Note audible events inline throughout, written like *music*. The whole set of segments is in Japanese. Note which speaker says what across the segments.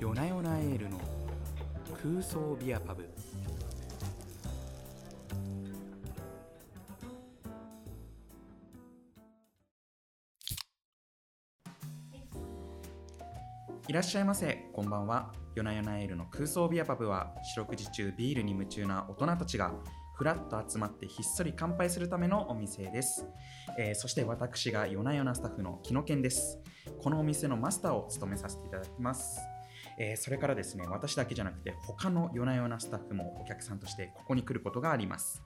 Speaker 1: 夜な夜なエールの空想ビアパブいらっしゃいませこんばんは夜な夜なエールの空想ビアパブは四六時中ビールに夢中な大人たちがふらっと集まってひっそり乾杯するためのお店です、えーそして私が夜な夜なスタッフの木野健ですこのお店のマスターを務めさせていただきますえーそれからですね、私だけじゃなくて、他の夜な夜なスタッフもお客さんとしてここに来ることがあります。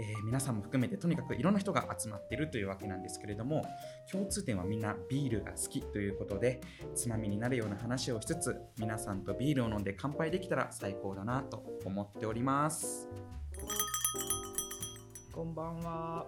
Speaker 1: えー皆さんも含めて、とにかくいろんな人が集まっているというわけなんですけれども、共通点はみんなビールが好きということで、つまみになるような話をしつつ、皆さんとビールを飲んで乾杯できたら最高だなと思っております。
Speaker 2: こんばんは。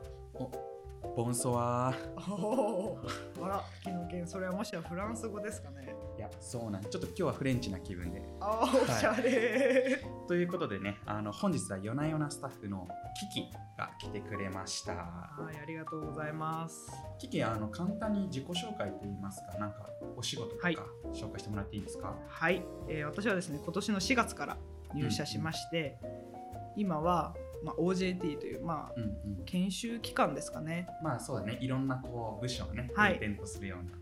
Speaker 1: ボンソワー。
Speaker 2: おお。あら、昨日けん、それはもしやフランス語ですかね。
Speaker 1: いや、そうなん。ちょっと今日はフレンチな気分で。
Speaker 2: ああ、おしゃれ。
Speaker 1: ということでね、あの本日は夜な夜なスタッフのキキが来てくれました。
Speaker 2: はい、ありがとうございます。
Speaker 1: キキあの簡単に自己紹介といいますかなんかお仕事とか
Speaker 2: はい
Speaker 1: 紹介してもらっていいですか、
Speaker 2: はい、えー私はですね、今年の4月から入社しまして、今は、まあ、OJT という、まあ、
Speaker 1: うんうん
Speaker 2: 研修機関ですかね。
Speaker 1: まあそうだねいろんなこう部署をね
Speaker 2: はい
Speaker 1: 転々とするような、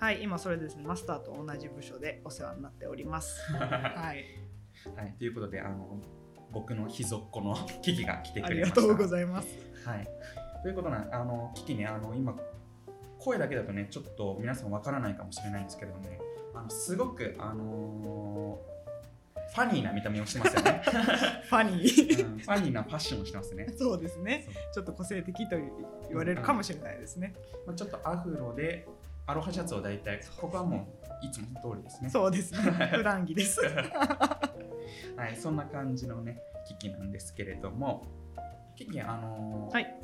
Speaker 2: はい、今それでですね、マスターと同じ部署でお世話になっております。
Speaker 1: *laughs*
Speaker 2: はい、
Speaker 1: はい、ということであの僕の秘蔵っ子のキキが来て
Speaker 2: あ
Speaker 1: く
Speaker 2: り
Speaker 1: れま
Speaker 2: が
Speaker 1: した
Speaker 2: とうございます。
Speaker 1: はい、ということなんあのキキねあの今声だけだとねちょっと皆さんわからないかもしれないんですけどねあのすごくあのーファニーな見た目をしてますよ
Speaker 2: *laughs*
Speaker 1: ね、
Speaker 2: ファニ
Speaker 1: うん
Speaker 2: ー。
Speaker 1: ファニーなファッションをしてますね
Speaker 2: *laughs* そうですね
Speaker 1: そう。
Speaker 2: ちょっと個性的と言われるかもしれないですね。
Speaker 1: まあ、ちょっとアフロでアロハシャツを大体ここはもういつもの通りですね
Speaker 2: そう *laughs* ですね。普段着です。
Speaker 1: *laughs* はい、そんな感じのねキキなんですけれどもキキあのー
Speaker 2: はい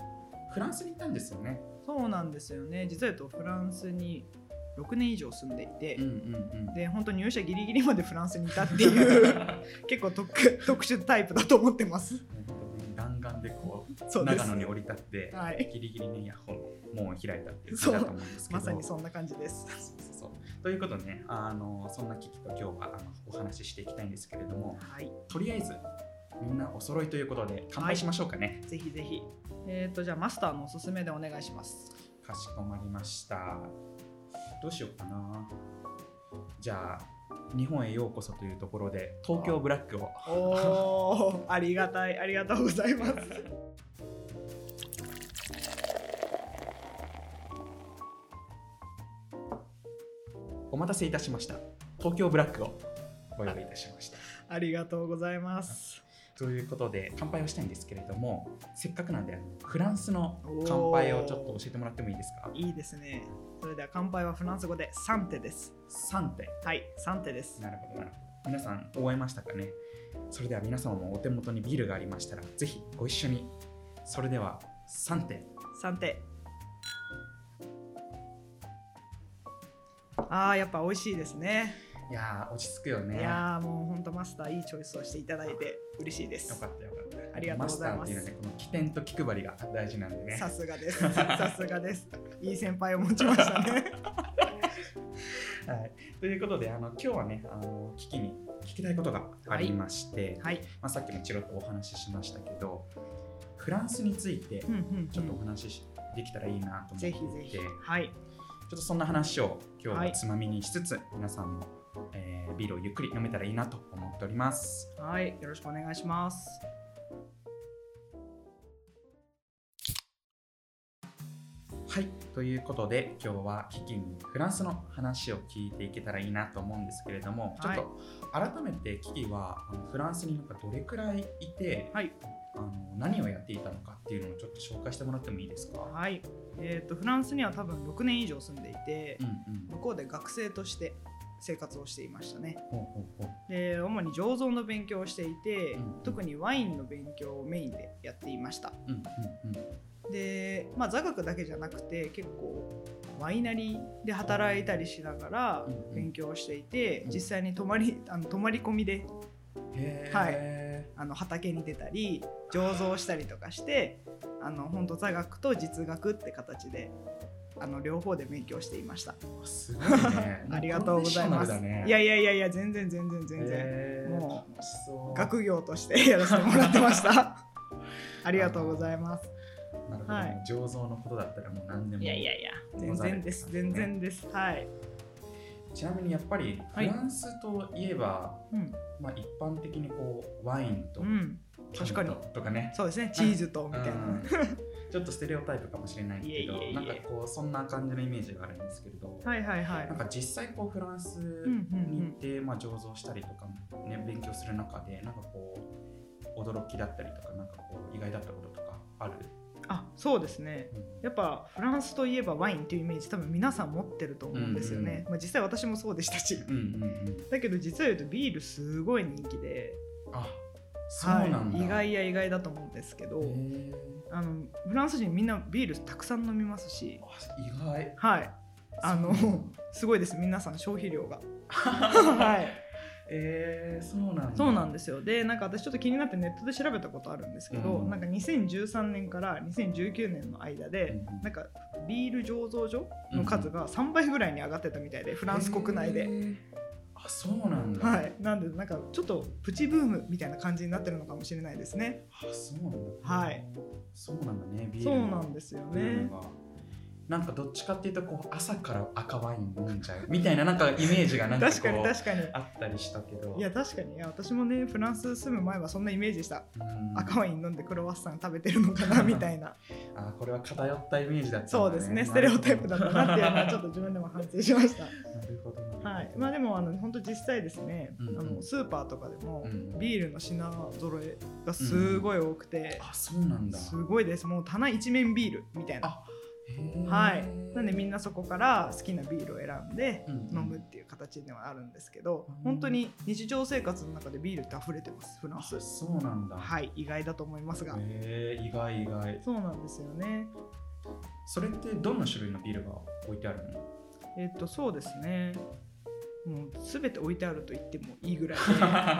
Speaker 1: フランスに行ったんですよね
Speaker 2: そうなんですよね実は言うとフランスに6年以上住んでいて、
Speaker 1: うんうん *laughs* うん
Speaker 2: で本当に入社ギリギリまでフランスにいたっていう
Speaker 1: *laughs*
Speaker 2: 結構特特殊タイプだと思ってます
Speaker 1: 弾丸でこう
Speaker 2: そうです
Speaker 1: 長野に降り立って、
Speaker 2: はい
Speaker 1: ギリギリねヤッホーの門を開いたっていう感じだと思うんですけど
Speaker 2: まさにそんな感じで
Speaker 1: そ
Speaker 2: す
Speaker 1: うそうそうということでねあのそんなキキと今日はあのお話ししていきたいんですけれども
Speaker 2: はい
Speaker 1: とりあえずみんなお揃いということで乾杯しましょうかね、
Speaker 2: ぜひぜひえっ、とじゃあマスターのおすすめでお願いします
Speaker 1: かしこまりましたどうしようかなじゃあ日本へようこそというところで東京ブラックを
Speaker 2: おー *laughs* ありがたいありがとうございます
Speaker 1: お待たせいたしました東京ブラックをご用意いたしました
Speaker 2: ありがとうございます
Speaker 1: ということで乾杯をしたいんですけれどもせっかくなんであのフランスの乾杯をちょっと教えてもらってもいいですか
Speaker 2: いいですねそれでは乾杯はフランス語でサンテです
Speaker 1: 3点
Speaker 2: はいサンテです
Speaker 1: なるほどなるほど皆さん終えましたかねそれでは皆様もお手元にビールがありましたらぜひご一緒にそれでは3点
Speaker 2: 三点。ああやっぱ美味しいですね。
Speaker 1: いやー落ち着くよね
Speaker 2: いやーもう本当マスターいいチョイスをしていただいて嬉しいで
Speaker 1: よ
Speaker 2: す
Speaker 1: か。ったよかった。
Speaker 2: ありがとうござ
Speaker 1: マスタ
Speaker 2: います
Speaker 1: ーっていうのはね、この起点と気配りが大事なんでね。
Speaker 2: さすがです。さすがです。いい先輩を持ちました
Speaker 1: *laughs*
Speaker 2: ね。
Speaker 1: はい、ということで、あの今日はね、あの聞きに聞きたいことがありまして、
Speaker 2: はい。
Speaker 1: まあさっきもちろっとお話ししましたけど、フランスについて
Speaker 2: うんうんうん
Speaker 1: ちょっとお話しできたらいいなと思って
Speaker 2: ぜ
Speaker 1: い
Speaker 2: ひ
Speaker 1: て、
Speaker 2: ぜひ
Speaker 1: ちょ。
Speaker 2: はい。
Speaker 1: っとそんな話を今日
Speaker 2: は
Speaker 1: はいつまみにしつつ、皆さんも、えービールをゆっくり飲めたらいいなと思っております。
Speaker 2: はい。よろしくお願いします。
Speaker 1: はい、ということで今日はキキにフランスの話を聞いていけたらいいなと思うんですけれども、
Speaker 2: はい
Speaker 1: ちょっと改めてキキはあのフランスになんかどれくらいいて、
Speaker 2: はい
Speaker 1: あの何をやっていたのかっていうのをちょっと紹介してもらってもいいですか、
Speaker 2: はい。えっ、とフランスには多分6年以上住んでいて、
Speaker 1: うんうん
Speaker 2: 向こうで学生として生活をしていましたね。
Speaker 1: ほうほうほう
Speaker 2: で主に醸造の勉強をしていて、
Speaker 1: うん
Speaker 2: 特にワインの勉強をメインでやっていました
Speaker 1: うんうんうん
Speaker 2: で、まあ、座学だけじゃなくて結構ワイナリーで働いたりしながら
Speaker 1: うんうん
Speaker 2: 勉強をしていて、
Speaker 1: うん
Speaker 2: 実際に泊まりあの泊まり込みで
Speaker 1: へ
Speaker 2: は
Speaker 1: え、
Speaker 2: あの畑に出たり醸造したりとかしてあの本当座学と実学って形であの両方で勉強していました
Speaker 1: すごい
Speaker 2: *laughs*
Speaker 1: ね
Speaker 2: ありがとうございます、いや
Speaker 1: い
Speaker 2: いやいやいや全然全然全然、も
Speaker 1: う楽しそう
Speaker 2: 学業として *laughs* やらせてもらってました *laughs* ありがとうございます
Speaker 1: なるほど、
Speaker 2: はい
Speaker 1: もう醸造のことだったらもう何でも
Speaker 2: やいや全然です全然ですはい、
Speaker 1: ちなみにやっぱりフ
Speaker 2: はい
Speaker 1: ランスといえば、
Speaker 2: うん
Speaker 1: まあ、一般的にこうワインと
Speaker 2: うん、
Speaker 1: パン
Speaker 2: 確かに
Speaker 1: ととかね
Speaker 2: そうですねチーズとみたいな、
Speaker 1: うんちょっとステレオタイプかもしれないけど
Speaker 2: いえいえいえ
Speaker 1: なんかこうそんな感じのイメージがあるんですけれど、
Speaker 2: はいはいはい
Speaker 1: なんか実際こうフランス
Speaker 2: んうんうん
Speaker 1: に行って、まあ、醸造したりとかも、ね、勉強する中でなんかこう驚きだったりとかなんかこう意外だったこととかある、
Speaker 2: あそうですね
Speaker 1: うん
Speaker 2: やっぱフランスといえばワインっていうイメージ多分皆さん持ってると思うんですよね、
Speaker 1: うん
Speaker 2: まあ、実際私もそうでしたし
Speaker 1: うんうんうん、
Speaker 2: だけど実は言うとビールすごい人気で、
Speaker 1: あそうなんだ、
Speaker 2: はい、意外や意外だと思うんですけ
Speaker 1: へ
Speaker 2: ど、
Speaker 1: ー
Speaker 2: あのフランス人みんなビールたくさん飲みますし
Speaker 1: あ意外
Speaker 2: はいあの
Speaker 1: そうなんだ
Speaker 2: すごいです皆さん消費量
Speaker 1: *laughs*
Speaker 2: がはい
Speaker 1: えー、そうなんだ
Speaker 2: そうなん
Speaker 1: す
Speaker 2: ですよでなんか私ちょっと気になってネットで調べたことあるんですけど、
Speaker 1: うん
Speaker 2: なんか2013年から2019年の間で、
Speaker 1: うんうん
Speaker 2: なんかビール醸造所の数が3倍ぐらいに上がってたみたいで、フ
Speaker 1: フ
Speaker 2: ランス国内で、
Speaker 1: あそうなんだ、
Speaker 2: はいなんでなんかちょっとプチブームみたいな感じになってるのかもしれないですね
Speaker 1: あそうなんだ
Speaker 2: はい
Speaker 1: そうなんだねビール
Speaker 2: そう
Speaker 1: の
Speaker 2: なんですよね
Speaker 1: ブームがなんかどっちかっていうとこう朝から赤ワイン飲んじゃうみたいななんかイメージがなんかこう
Speaker 2: *laughs* 確かに確かに
Speaker 1: あったりしたけど
Speaker 2: いや確かにいや私もねフランス住む前はそんなイメージでした、
Speaker 1: うん
Speaker 2: 赤ワイン飲んでクロワッサン食べてるの
Speaker 1: *laughs*
Speaker 2: かなみたいな
Speaker 1: あこれは偏ったイメージだったんだ、
Speaker 2: そうですねステレオタイプだったなっていうのはちょっと自分でも反省しまし
Speaker 1: と
Speaker 2: た
Speaker 1: なるほどなるほど
Speaker 2: *laughs* はい、まあでもあの本当実際ですね、
Speaker 1: うんうん
Speaker 2: あのスーパーとかでも、
Speaker 1: うん
Speaker 2: ビールの品揃えがすごい多くて、
Speaker 1: あそうなんだ
Speaker 2: すごいですもう棚一面ビールみたいな
Speaker 1: あへー
Speaker 2: はいなんでみんなそこから好きなビールを選んで
Speaker 1: うん
Speaker 2: 飲むっていう形ではあるんですけど、
Speaker 1: うん
Speaker 2: 本当に日常生活の中でビールって溢れてますフラン
Speaker 1: あ
Speaker 2: ス
Speaker 1: そうなんだ
Speaker 2: はい意外だと思いますが、
Speaker 1: へー意外意外
Speaker 2: そうなんですよね
Speaker 1: それってどんな種類のビールが置いてあるの
Speaker 2: えっとそうですねもう全て置いてあると言ってもいいぐ *laughs* ら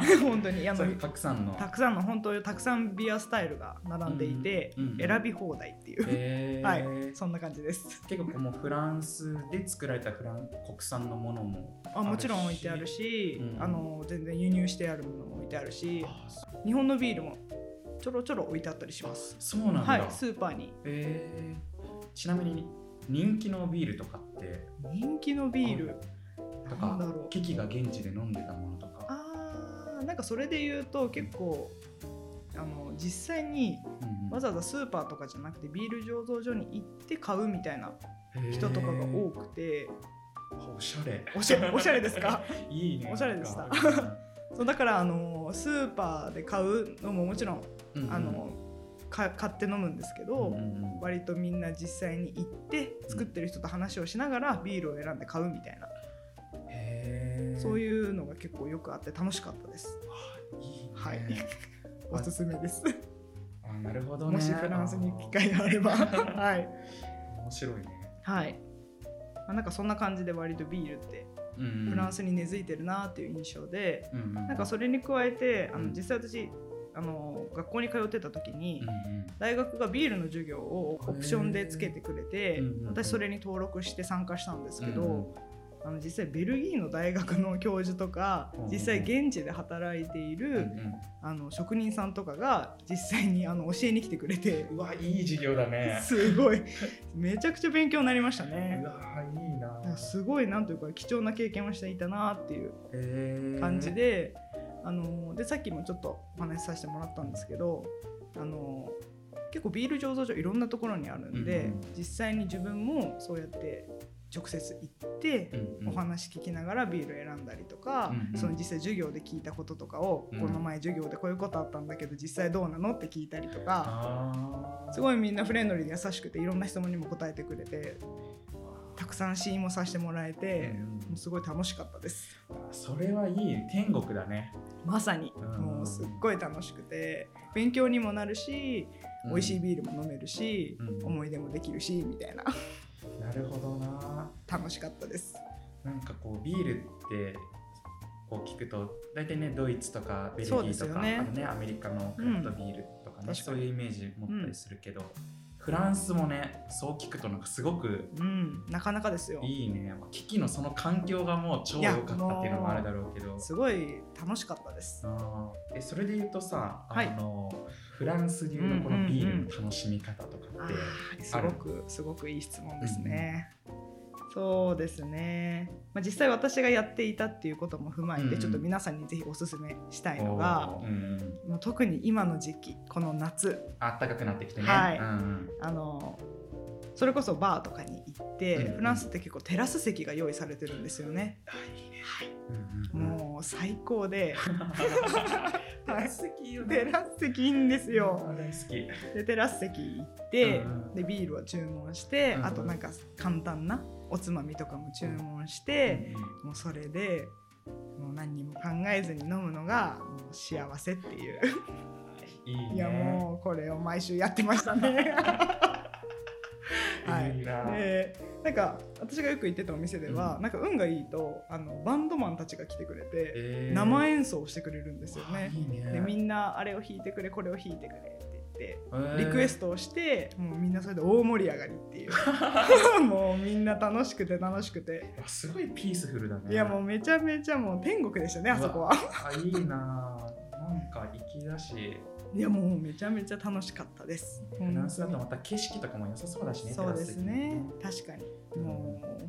Speaker 2: いで本当に
Speaker 1: *laughs*
Speaker 2: あ
Speaker 1: そ
Speaker 2: の
Speaker 1: れたくさんの
Speaker 2: たくさんの本当にたくさんビアスタイルが並んでいて、
Speaker 1: うんうんうん
Speaker 2: 選び放題っていう、
Speaker 1: へー
Speaker 2: *laughs* はいそんな感じです
Speaker 1: 結構このフランスで作られたフラン国産のものも
Speaker 2: あもちろん置いてあるし、
Speaker 1: うん
Speaker 2: あの全然輸入してあるものも置いてあるし
Speaker 1: あそ
Speaker 2: 日本のビールもちょろちょろ置いてあったりします
Speaker 1: そうなんだ、
Speaker 2: はいスーパーに
Speaker 1: えーちなみに人気のビールとかって
Speaker 2: 人気のビール
Speaker 1: と
Speaker 2: な
Speaker 1: か
Speaker 2: んだろう
Speaker 1: ケキが現地で飲んでたものとか、
Speaker 2: あーなんかそれで言うと結構あの実際に
Speaker 1: うんうん
Speaker 2: わざわざスーパーとかじゃなくてビール醸造所に行って買うみたいな人とかが多くて、
Speaker 1: へーあおしゃれ
Speaker 2: おしゃれおしゃれですか
Speaker 1: *laughs* いいね
Speaker 2: おしゃれでした
Speaker 1: なんか
Speaker 2: そうだからあのスーパーで買うのももちろん
Speaker 1: うんうん
Speaker 2: *laughs* あのか買って飲むんですけ
Speaker 1: うん
Speaker 2: ど
Speaker 1: うんうん
Speaker 2: 割とみんな実際に行って作ってる人と話をしながらビールを選んで買うみたいな
Speaker 1: へ
Speaker 2: そう
Speaker 1: う
Speaker 2: いうのが結構よくあって楽しかったです
Speaker 1: いい、ね、
Speaker 2: はいおすすめです
Speaker 1: あなるほどね
Speaker 2: もしフランスに行く機会があれば *laughs* はい
Speaker 1: あー面白いね、
Speaker 2: はいまあなんかそんな感じで割とビールって
Speaker 1: うんうん
Speaker 2: フランスに根付いてるなっていう印象で
Speaker 1: うんうん、
Speaker 2: なんかそれに加えてあ
Speaker 1: う
Speaker 2: の
Speaker 1: ん
Speaker 2: 実際私あの学校に通ってた時に、
Speaker 1: うんうん
Speaker 2: 大学がビールの授業をオプションでつけてくれ
Speaker 1: へー
Speaker 2: て
Speaker 1: うんうんうん
Speaker 2: 私それに登録して参加したんですけど、
Speaker 1: うんうん
Speaker 2: あの実際ベルギーの大学の教授とか
Speaker 1: うんうん
Speaker 2: 実際現地で働いている、
Speaker 1: うんうん
Speaker 2: あの職人さんとかが実際にあの教えに来てくれて
Speaker 1: うわいい授業だね。
Speaker 2: すごいめちゃくちゃ勉強になりましたね
Speaker 1: *laughs* う。わいいな。
Speaker 2: なんかすごいなんというか貴重な経験をしていたなっていう
Speaker 1: えー
Speaker 2: 感じ。で,、あのでさっきもちょっとお話しさせてもらったんですけどあの結構ビール醸造所いろんなところにあるんで、
Speaker 1: うんうん
Speaker 2: 実際に自分もそうやって直接行って
Speaker 1: うん。うん
Speaker 2: お話聞きながらビール選んだりとか、
Speaker 1: うんうん
Speaker 2: その実際授業で聞いたこととかを、
Speaker 1: うん
Speaker 2: この前授業でこういうことあったんだけど実際どうなのって聞いたりとか、
Speaker 1: あー
Speaker 2: すごいみんなフレンドリーで優しくていろんな質問にも答えてくれてたくさん試飲もさせてもらえて、もうすごい楽しかったです。
Speaker 1: それはいい天国だね。
Speaker 2: まさに
Speaker 1: うん
Speaker 2: もうすっごい楽しくて勉強にもなるし美味しいビールも飲めるし、
Speaker 1: うん
Speaker 2: 思い出もできるしみたいな *laughs*
Speaker 1: なるほどな。
Speaker 2: 楽しかったです
Speaker 1: なんかこうビールってこう聞くと大体ねドイツとかベルギ
Speaker 2: そうで
Speaker 1: ー
Speaker 2: す
Speaker 1: と
Speaker 2: よ
Speaker 1: か、
Speaker 2: ね
Speaker 1: あとねアメリカのクラフトビールとかね、
Speaker 2: うん
Speaker 1: そういうイメージ持ったりするけど、フフランスもねそう聞くとなんかすごく
Speaker 2: うん、なかなかですよ
Speaker 1: いいねまあ危機のその環境がもう超良かったっていうのもあるだろうけど
Speaker 2: すごい楽しかったです
Speaker 1: あーえそれで言うとさ、
Speaker 2: は
Speaker 1: あ
Speaker 2: い
Speaker 1: のフランス流のこのビールの楽しみ方とか
Speaker 2: あ
Speaker 1: って、
Speaker 2: ーすごくすごくいい質問ですね、そうですね、まあ、実際私がやっていたっていうことも踏まえて、
Speaker 1: うんうん
Speaker 2: ちょっと皆さんにぜひおすすめしたいの
Speaker 1: お
Speaker 2: が
Speaker 1: ーうん
Speaker 2: もう特に今の時期この夏
Speaker 1: あったかくなってきてね、
Speaker 2: はい
Speaker 1: うんうん
Speaker 2: あのそれこそバーとかに行って、
Speaker 1: うんうん
Speaker 2: フランスって結構テラス席が用意されてるんですよね、
Speaker 1: うんうんうん
Speaker 2: もう最
Speaker 1: *laughs*
Speaker 2: 高で
Speaker 1: 大好きよ
Speaker 2: テラス席いいんですよ
Speaker 1: 大好き
Speaker 2: でテラス席行って、
Speaker 1: うんうん
Speaker 2: でビールを注文して、
Speaker 1: うんうん
Speaker 2: あとなんか簡単なおつまみとかも注文して、もうそれでもう何にも考えずに飲むのがもう幸せっていう
Speaker 1: いいね
Speaker 2: いやもうこれを毎週やってましたね。はい
Speaker 1: いな、
Speaker 2: でなんか私がよく行ってたお店では、なんか運がいいとあのバンドマンたちが来てくれて、
Speaker 1: えー
Speaker 2: 生演奏をしてくれるんですよ
Speaker 1: わあ
Speaker 2: ね。
Speaker 1: いいね
Speaker 2: でみんなあれを弾いてくれこれを弾いてくれって
Speaker 1: え
Speaker 2: 言っ
Speaker 1: ー
Speaker 2: てリクエストをしてもうみんなそれで大盛り上がりっていう
Speaker 1: *laughs*
Speaker 2: もうみんな楽しくて楽しくて
Speaker 1: あすごいピースフルだね
Speaker 2: いやもうめちゃめちゃもう天国でしたねあそこは
Speaker 1: あいいななんか粋だし
Speaker 2: いやもうめちゃめちゃ楽しかったです
Speaker 1: フランスだとまた景色とかも良さそうだしね
Speaker 2: そうですね
Speaker 1: テ
Speaker 2: 確かにもう本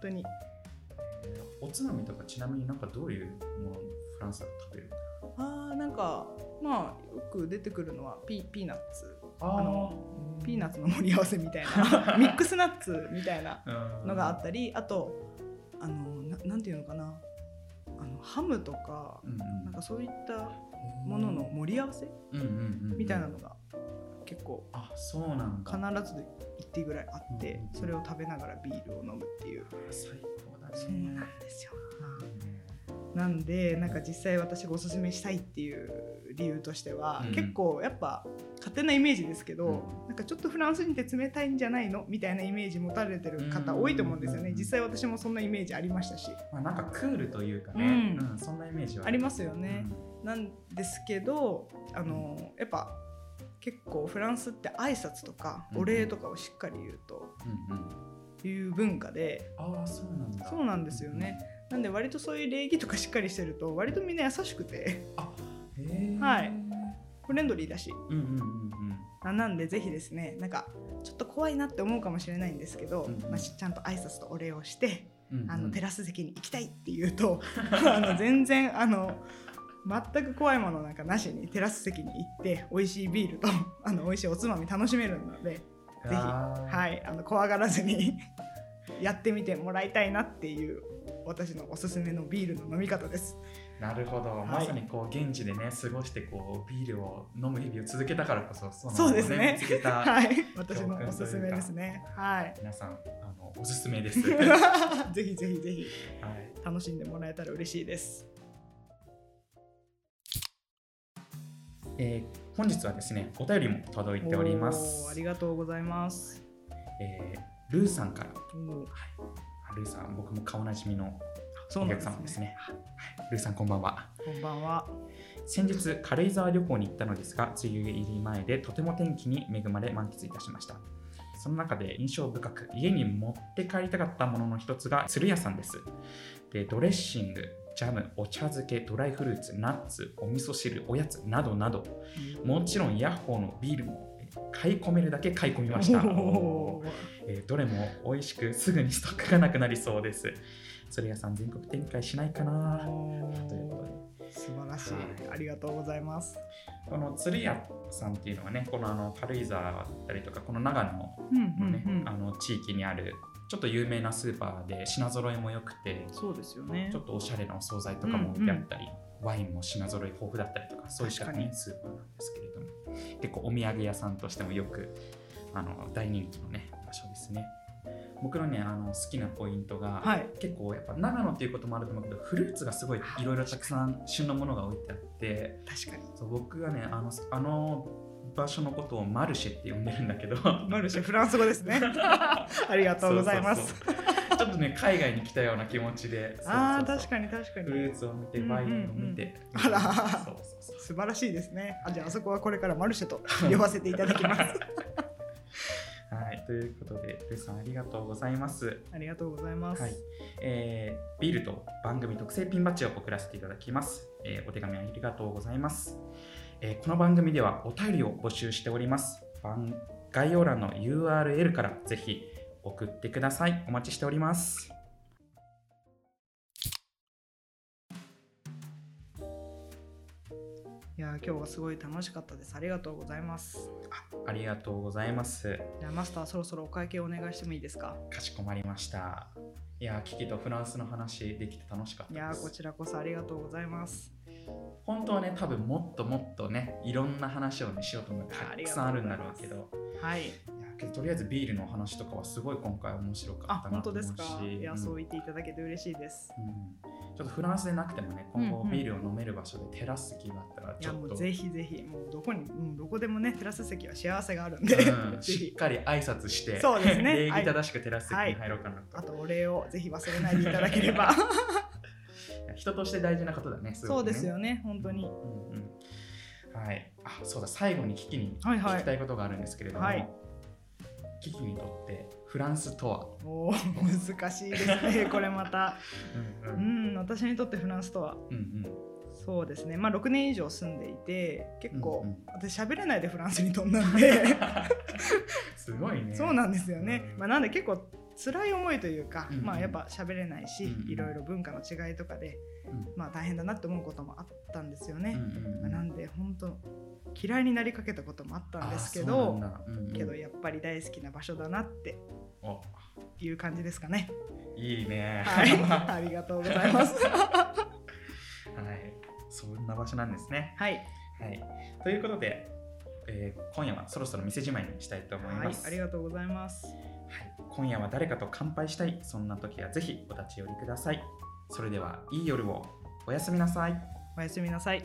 Speaker 2: 当に
Speaker 1: ラス席ねおつまみとかちなみになんかどういうものフランスだと食べる
Speaker 2: あーなんかまあよく出てくるのはピピーナッツ
Speaker 1: あ
Speaker 2: あの
Speaker 1: ー
Speaker 2: ピーナッツの盛り合わせみた
Speaker 1: *laughs*
Speaker 2: いなミックスナッツみたいな
Speaker 1: うん
Speaker 2: のがあったりあとあのななんていうのかなあのハムとか
Speaker 1: うんうん
Speaker 2: なんかそういったものの盛り合わせ
Speaker 1: うんうんうんうん
Speaker 2: みたいなのが結構
Speaker 1: あそうなん
Speaker 2: 必
Speaker 1: だ
Speaker 2: ず1滴ぐらいあって
Speaker 1: うん
Speaker 2: それを食べながらビールを飲むっていう
Speaker 1: 最高だね
Speaker 2: ですよなんでなんか実際私がおすすめしたいっていう理由としては、
Speaker 1: うん
Speaker 2: 結構やっぱ勝手なイメージですけど、
Speaker 1: うん
Speaker 2: なんかちょっとフランス人って冷たいんじゃないのみたいなイメージ持たれてる方多いと思うんですよね、
Speaker 1: うん
Speaker 2: 実際私もそんなイメージありましたし、
Speaker 1: まあなんかクールというかね
Speaker 2: うん
Speaker 1: うんそんなイメージは
Speaker 2: あり
Speaker 1: ま
Speaker 2: ますよね、なんですけどあのやっぱ結構フランスって挨拶とか
Speaker 1: うん
Speaker 2: お礼とかをしっかり言うと
Speaker 1: うんうん
Speaker 2: いう文化で、
Speaker 1: ああそうなんだ
Speaker 2: そうなんですよねなんで割とそういう礼儀とかしっかりしてると割とみんな優しくて
Speaker 1: へー
Speaker 2: はいフレンドリーだし
Speaker 1: うんうんうん
Speaker 2: あなんでぜひですねなんかちょっと怖いなって思うかもしれないんですけど、
Speaker 1: うんうん
Speaker 2: まあ、しちゃんと挨拶とお礼をして、
Speaker 1: うんうん
Speaker 2: あのテ
Speaker 1: ラ
Speaker 2: ラス席に行きたいって言うと *laughs* あの全然あの全く怖いものなんかなしにテラス席に行って美味しいビールとあの美味しいおつまみ楽しめるので、
Speaker 1: ぜ
Speaker 2: ひはい、あの怖がらずに *laughs* やってみてもらいたいなっていう私のおすすめのビールの飲み方です。
Speaker 1: なるほど、
Speaker 2: い
Speaker 1: まさにこう現地でね過ごしてこうビールを飲む日々を続けたからこそその
Speaker 2: そうですね
Speaker 1: 見つけた、
Speaker 2: *laughs* はい、私のおすすめですね。はい、
Speaker 1: 皆さんあのおすすめですはい
Speaker 2: *laughs* ぜひぜひぜひ。楽しんでもらえたら嬉しいです。
Speaker 1: えー本日はですねお便りも届いております
Speaker 2: おーありがとうございます。
Speaker 1: えールーさんから
Speaker 2: おー
Speaker 1: あルーさん僕も顔なじみの
Speaker 2: そう
Speaker 1: お
Speaker 2: なん
Speaker 1: 客
Speaker 2: ですね
Speaker 1: 様ですねはいルーさんこんばんは
Speaker 2: こんばんは。
Speaker 1: 先日軽井沢旅行に行ったのですが梅雨入り前でとても天気に恵まれ満喫いたしましたその中で印象深く家に持って帰りたかったものの一つが鶴屋さんですでドレッシングジャムお茶漬けドライフルーツナッツお味噌汁おやつなどなどもちろんヤッホーのビールもえ買い込めるだけ買い込みましたおー
Speaker 2: おー
Speaker 1: えーどれも美味しくすぐにストックがなくなりそうです鶴屋さん全国展開しないかなということで
Speaker 2: 素晴らしい
Speaker 1: はい。
Speaker 2: ありがとうございます。
Speaker 1: この鶴屋さんっていうのはねこのあの軽井沢だったりとかこの長野
Speaker 2: うん
Speaker 1: のね、あの地域にあるちょっと有名なスーパーで品揃えも良くて
Speaker 2: そうですよね
Speaker 1: ちょ。っとおしゃれなお惣菜とかも置いてあったり、ワインも品揃え豊富だったりとかそういった、
Speaker 2: 確か
Speaker 1: ね、
Speaker 2: に
Speaker 1: スーパーなんですけれども結構お土産屋さんとしてもよくあの大人気のね場所ですね僕のねあの好きなポイントが、
Speaker 2: はい。
Speaker 1: 結構やっぱ長野っていうこともあると思うけどフルーツがすごいいろいろたくさん旬のものが置いてあって
Speaker 2: 確かに。
Speaker 1: そう僕がねあのあの場所のことをマルシェって呼んでるんだけど
Speaker 2: マルシ
Speaker 1: *laughs*
Speaker 2: ェフランス語ですね。ありがとうございま
Speaker 1: そ
Speaker 2: す。
Speaker 1: うそうそうちょっとね海外に来たような気持ちで
Speaker 2: ああ
Speaker 1: そうそう
Speaker 2: 確かに確か
Speaker 1: フル
Speaker 2: に
Speaker 1: ー。ツを見てワインを見て、
Speaker 2: うんうんあら
Speaker 1: そうそうそう *laughs*
Speaker 2: 素晴らしいですね。あじゃああそこはこれからマルシェと呼ばせていただきます。
Speaker 1: ということで、ルーさんありがとうございます。
Speaker 2: ありがとうございます。
Speaker 1: はいえービールと番組特製ピンバッジを送らせていただきます、えーお手紙ありがとうございます、えーこの番組ではお便りを募集しております番概要欄の URL からぜひ送ってくださいお待ちしております
Speaker 2: いやー今日はすごい楽しかったです。ありがとうございます。
Speaker 1: ありがとうございます
Speaker 2: じゃあマスターそろそろお会計お願いしてもいいですか。
Speaker 1: かしこまりましたいやーキキとフランスの話できて楽しかった
Speaker 2: い
Speaker 1: で
Speaker 2: やー
Speaker 1: す
Speaker 2: こちらこそありがとうございます。
Speaker 1: 本当はね多分もっともっとねいろんな話をねしようと思ってた
Speaker 2: あり
Speaker 1: く
Speaker 2: がとうご
Speaker 1: さん
Speaker 2: ざ
Speaker 1: あ
Speaker 2: います
Speaker 1: るんだろうけど
Speaker 2: はい。
Speaker 1: いやけどとりあえずビールのお話とかはすごい今回面白か
Speaker 2: あ
Speaker 1: ったな
Speaker 2: 本
Speaker 1: と
Speaker 2: 当
Speaker 1: 思う
Speaker 2: で
Speaker 1: し
Speaker 2: すか。いや
Speaker 1: ん
Speaker 2: そう言っていただけて嬉しいです。
Speaker 1: うんちょっとフランスでなくてもね今後
Speaker 2: うんうん
Speaker 1: ビールを飲める場所でテラス席があったら
Speaker 2: い
Speaker 1: ち
Speaker 2: や
Speaker 1: ょ
Speaker 2: も
Speaker 1: っと、
Speaker 2: うぜひぜひもうどこにもうどこでもねテラス席は幸せがあるんで。
Speaker 1: うん
Speaker 2: *laughs* ぜ
Speaker 1: しっ
Speaker 2: ひ
Speaker 1: かり挨拶して
Speaker 2: そうですね
Speaker 1: *laughs* 礼儀正しくテラス席に入ろうかなと、
Speaker 2: あとお礼をぜひ忘れないでいただけ
Speaker 1: *laughs*
Speaker 2: れば。
Speaker 1: いや人として大事なことだね
Speaker 2: そうです
Speaker 1: ね
Speaker 2: よね本当に。
Speaker 1: うんうんはいあそうだ最後にキキに
Speaker 2: はいはい
Speaker 1: 聞きたいことがあるんですけれども、
Speaker 2: はい
Speaker 1: キキにとってフランスとは、
Speaker 2: おお難しいです
Speaker 1: *laughs*
Speaker 2: ねこれまた。
Speaker 1: うんう
Speaker 2: うんん私にとってフランスとは
Speaker 1: うん *laughs*
Speaker 2: そうですねまあ6年以上住んでいて結構、
Speaker 1: うんうん
Speaker 2: 私喋れないでフランスに飛んだんで
Speaker 1: すごいね
Speaker 2: そうなんですよね、
Speaker 1: うん
Speaker 2: まあ、なんで結構辛い思いというか、
Speaker 1: うんうん
Speaker 2: まあやっぱ喋れないし、
Speaker 1: うんうん
Speaker 2: いろいろ文化の違いとかで、
Speaker 1: うん
Speaker 2: まあ大変だなって思うこともあったんですよ
Speaker 1: うん
Speaker 2: ね、
Speaker 1: うん
Speaker 2: ま
Speaker 1: う
Speaker 2: あ
Speaker 1: ん
Speaker 2: なんで本当嫌いになりかけたこともあったんですけ
Speaker 1: あーそう
Speaker 2: ど
Speaker 1: なんだうんうん
Speaker 2: けどやっぱり大好きな場所だなって
Speaker 1: お
Speaker 2: いう感じです
Speaker 1: *laughs*
Speaker 2: かね
Speaker 1: いいね *laughs*
Speaker 2: はいありがとうございます
Speaker 1: はい、そんな場所なんですね。
Speaker 2: はい、
Speaker 1: はい、ということで、えー今夜はそろそろ店じまいにしたいと思い
Speaker 2: は
Speaker 1: ま
Speaker 2: い、
Speaker 1: す。
Speaker 2: ありがとうございます
Speaker 1: はい今夜は誰かと乾杯したい、そんな時はぜひお立ち寄りください。それでは、いい夜を。おやすみなさい。
Speaker 2: おやすみなさい